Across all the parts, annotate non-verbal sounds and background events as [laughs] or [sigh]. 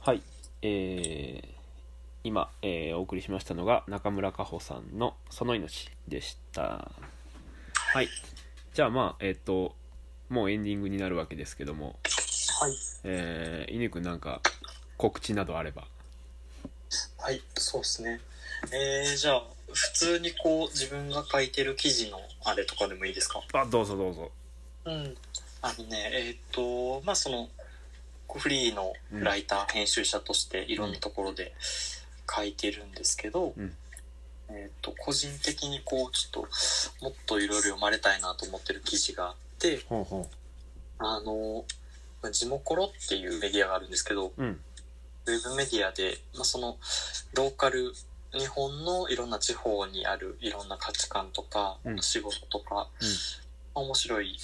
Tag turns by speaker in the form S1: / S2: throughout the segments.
S1: はい、えー今、えーお送りしましたのが中村佳穂さんの「その命」でしたはいじゃあまあえっ、ともうエンディングになるわけですけども
S2: はい。
S1: えー、犬くんなんか告知などあれば
S2: はい、そうですね。えー、じゃあ、普通にこう、自分が書いてる記事のあれとかでもいいですか
S1: あどうぞどうぞ
S2: うん。あのね、えっ、と、まあ、その、こうフリーのライター、編集者としていろんなところで書いてるんですけど、
S1: うん
S2: えっ、と、個人的にこう、ちょっと、もっといろいろ読まれたいなと思ってる記事があって、
S1: ほうほ
S2: あの、まあジモコロっていうメディアがあるんですけど、
S1: ううん
S2: ウェブメディアで、まあ、そのローカル日本のいろんな地方にあるいろんな価値観とか、
S1: うん
S2: 仕事とか、
S1: うん
S2: 面白い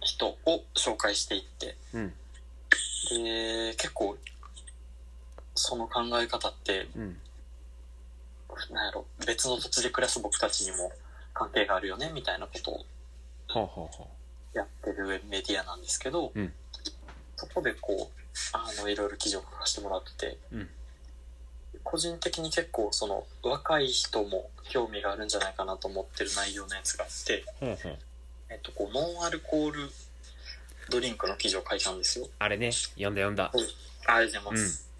S2: 人を紹介していって
S1: うん
S2: で結構その考え方って
S1: うん
S2: なんやろ別の土地で暮らす僕たちにも関係があるよねみたいなことを
S1: ほうほうほ
S2: やってるウェブメディアなんですけど、
S1: うん
S2: そこでこうあのいろいろ記事を書かせてもらってて、
S1: うん
S2: 個人的に結構その若い人も興味があるんじゃないかなと思ってる内容のやつがあって、
S1: うほうほう
S2: えっと、こうノンアルコールドリンクの記事を書いたんですよ。
S1: あれね読んだ読んだ
S2: ありがとうございます。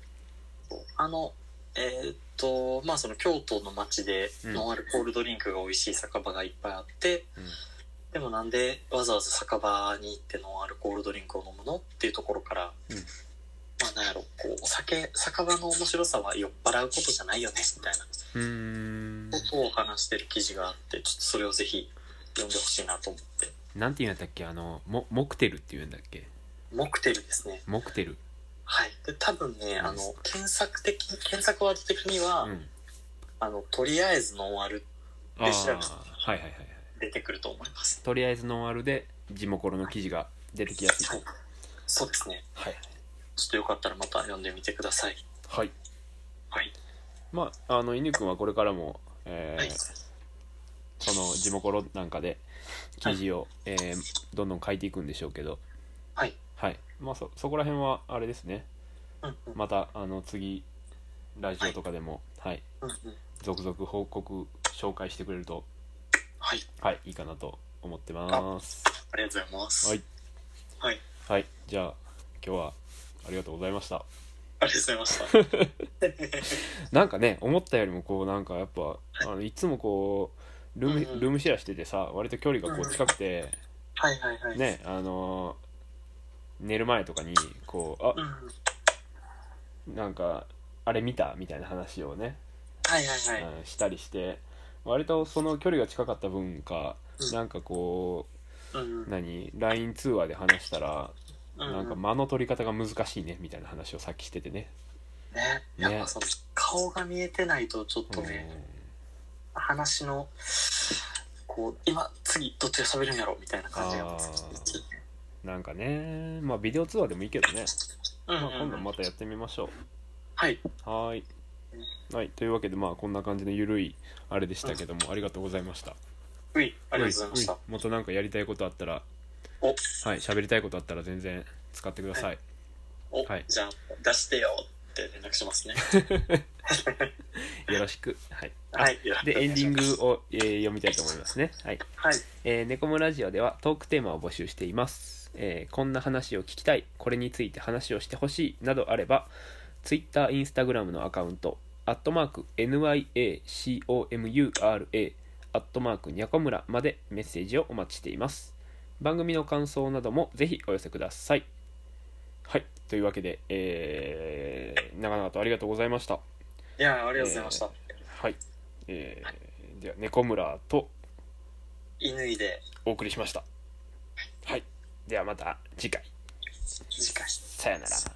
S2: あのえーっとまあその京都の町で
S1: うん
S2: ノンアルコールドリンクが美味しい酒場がいっぱいあって、
S1: うん
S2: でもなんでわざわざ酒場に行ってノンアルコールドリンクを飲むのっていうところから、
S1: うん
S2: まあなんやろこうお酒酒場の面白さは酔っ払うことじゃないよねみたいな
S1: うーん
S2: ことを話してる記事があってちょっとそれをぜひ読んでほしいなと思って
S1: なんて言うんだったっけあのモモクテルって言うんだっけ
S2: モクテルですね
S1: モクテル
S2: はいで多分ねあの検索的検索ワード的には、
S1: うん
S2: あのとりあえずノンアル
S1: ああ
S2: で調べた
S1: はいはいはいはい
S2: 出てくると思います
S1: とりあえずノンアルで地元の記事が出てきやすい
S2: はいそうですね
S1: はい
S2: ちょっとよかったらまた読んでみてください
S1: はい
S2: はい、
S1: まああの犬くんはこれからも、えー
S2: はい
S1: その地元なんかで記事を、えーどんどん書いていくんでしょうけど
S2: はい
S1: はいまあそそこら辺はあれですね
S2: うんうん
S1: またあの次ラジオとかでもはい、
S2: うんうん
S1: 続々報告紹介してくれると
S2: はい
S1: はいいいかなと思ってます
S2: ありがとうございます。
S1: はい。
S2: はい。
S1: はいじゃあ今日はありがとうございました
S2: ありがとうございました。
S1: [laughs] なんかね思ったよりもこうなんかやっぱあのいつもこうルー
S2: うんう
S1: ム
S2: ん
S1: ルームシェアしててさ割と距離がこう近くて
S2: はいはいはい。。
S1: ねあのー寝る前とかにこう
S2: うん。
S1: あ
S2: はい
S1: なんかあれ見たみたいな話をね、
S2: はいはい。
S1: うんしたりして割とその距離が近かった分か
S2: うん
S1: なんかこ
S2: うん
S1: う。何 LINE 通話で話したら
S2: う
S1: なんか間の取り方が難しいねみたいな話をさっきしててね
S2: ね。やっぱその顔が見えてないとちょっとね、
S1: う
S2: 話の、こう、今、次、どっちが喋るんやろみたいな感じが。
S1: あーんなんかねまあビデオ通話でもいいけどね
S2: うん
S1: まあ、今
S2: う
S1: 度
S2: ん。
S1: またやってみましょ
S2: はい。
S1: う。はーい。はい、というわけで、まあ、こんな感じのゆるいあれでしたけども、ありがとうございました。
S2: うい、ありがとうございまし
S1: う
S2: た
S1: ん。うんもっとなんかやりたいことあったら、
S2: お
S1: はい、喋りたいことあったら全然使ってください。
S2: お、
S1: はい
S2: じゃあ、出してよって連絡しますね。
S1: [laughs] よろしく。はい。あ
S2: はい。よろしく
S1: で、
S2: お願
S1: エ
S2: い
S1: ンデ
S2: し
S1: ィン
S2: ます
S1: グを、えー読みたいと思いますね。はい。
S2: はい。
S1: えー、ネコムラジオではトークテーマを募集しています、えーこんな話を聞きたいこれについて話をしてほしいなどあれば Twitter、Instagram のアカウントアットマーク NYACOMURA アットマークにゃこむらまでメッセージをお待ちしています番組の感想などもぜひお寄せくださいはいというわけで、えー、長々とありがとうございました
S2: いやー、ありがとうございました。
S1: はい、えー、ではネコムラと
S2: 犬いで、
S1: お送りしましたはいではまた次回
S2: 次回。
S1: さよなら